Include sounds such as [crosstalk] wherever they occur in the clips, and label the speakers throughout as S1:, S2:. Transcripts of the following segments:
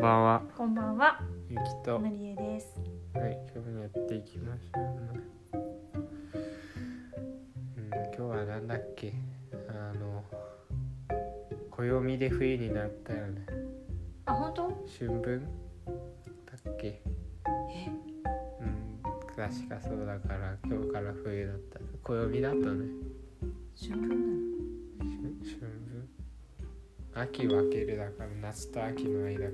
S1: ばんは。
S2: こんばんは、
S1: ゆきと。は
S2: の
S1: い、
S2: りえです。
S1: 今日もやっていきましょうね。うん、今日はなんだっけ。あの。暦で冬になったよね。
S2: あ、本当？
S1: 春分。だっけ。
S2: え、
S1: うん、確かそうだから、今日から冬だった。暦だったね。
S2: 春分
S1: 春春分。秋分けるだから、夏と秋の間か。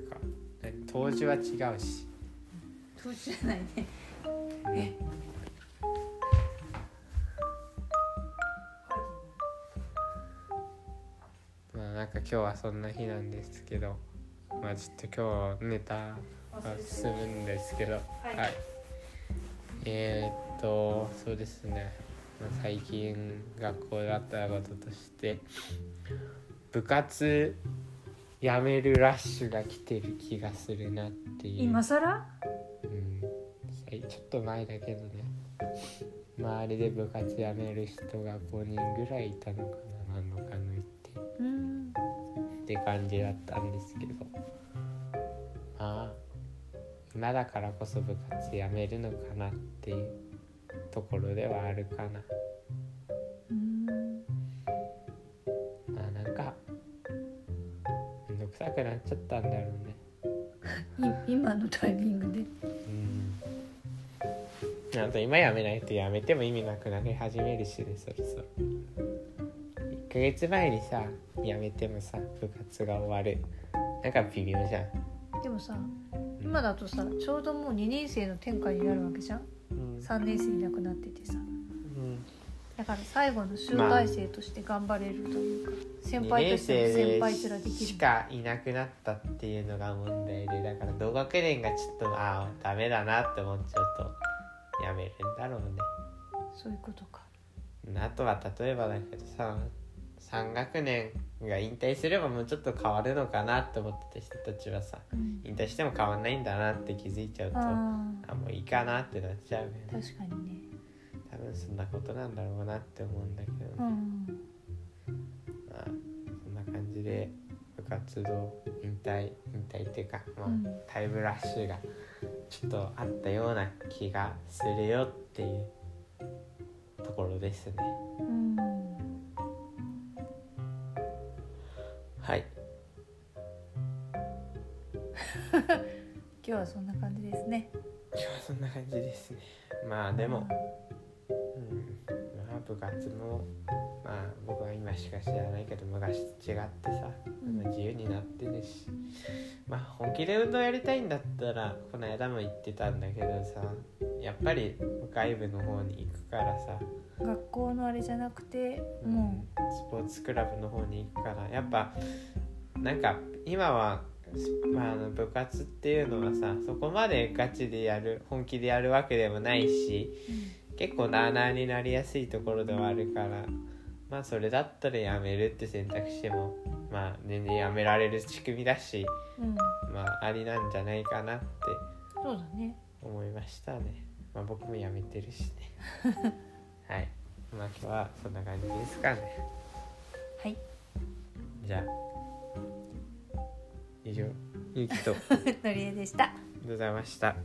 S1: え冬至は違うし。
S2: なの？じゃないね。
S1: まあなんか今日はそんな日なんですけどまあちょっと今日ネタは進むんですけどはいえーっとそうですね、まあ、最近学校であったこととして部活やめるラッシュが来てる気がするなっていう
S2: 今更？
S1: うん、はいちょっと前だけどね周りで部活やめる人が5人ぐらいいたのかな何のかの言って
S2: うん。
S1: って感じだったんですけどまあ今だからこそ部活やめるのかなっていうところではあるかな
S2: うん。
S1: まあなんかめんどくさくなっちゃったんだろうね
S2: い今のタイミングで。
S1: うんあと今やめないとやめても意味なくなり始めるしねそろそろ1ヶ月前にさやめてもさ部活が終わるなんか微妙じゃん
S2: でもさ、今だとさ、ちょうどもう2年生の転換になるわけじゃん。
S1: うん
S2: 3年生いなくなっててさ。
S1: うん
S2: だから最後の集大成として頑張れるというか、先輩としても先輩すらで
S1: 二年生
S2: き
S1: し
S2: る。
S1: かいなくなったっていうのが問題でだから同学年がちょっとああダメだなって思っちゃうとやめるんだろう
S2: そういうことか。
S1: ねあとは例えばだけどさ3学年が引退すればもうちょっと変わるのかなって思ってた人たちはさ
S2: うん。
S1: 引退しても変わんないんだなって気づいちゃうとあ
S2: あ
S1: もういいかなってなっちゃうよ
S2: あ、
S1: ね
S2: 確かにね。
S1: 多分そんなことなんだろうなって思うんだけどね、
S2: うん。
S1: まあ、そんな感じで部活動引退引退っていうか、まあ
S2: うん
S1: タイムラッシュがちょっとあったような気がするよっていうところですね
S2: うん。
S1: はい
S2: 今日はそんな感じですね。
S1: 今日はそんな感じですねまあでも、うん、まあ部活もまあ僕は今しか知らないけど昔と違ってさ
S2: うん
S1: 自由になってるしまあ本気で運動やりたいんだったらこの間も言ってたんだけどさやっぱり外部の方に行くからさ、
S2: 学校のあれじゃなくて
S1: うん
S2: も
S1: スポーツクラブの方に行くからやっぱなんか今は、まあ、あの部活っていうのはさそこまでガチでやる本気でやるわけでもないし
S2: う、
S1: 結構なあなあになりやすいところではあるからまあそれだったらやめるって選択肢もまあ全然やめられる仕組みだし。
S2: うん
S1: まあ、ありなんじゃないかなって
S2: そうだね
S1: 思いましたね。まあ、僕も辞めてるしね。はい。まあ、今日はそんな感じですかね。
S2: [laughs] はい
S1: じゃあ。以上、ゆきと、ありがと
S2: のりえでした
S1: うございました。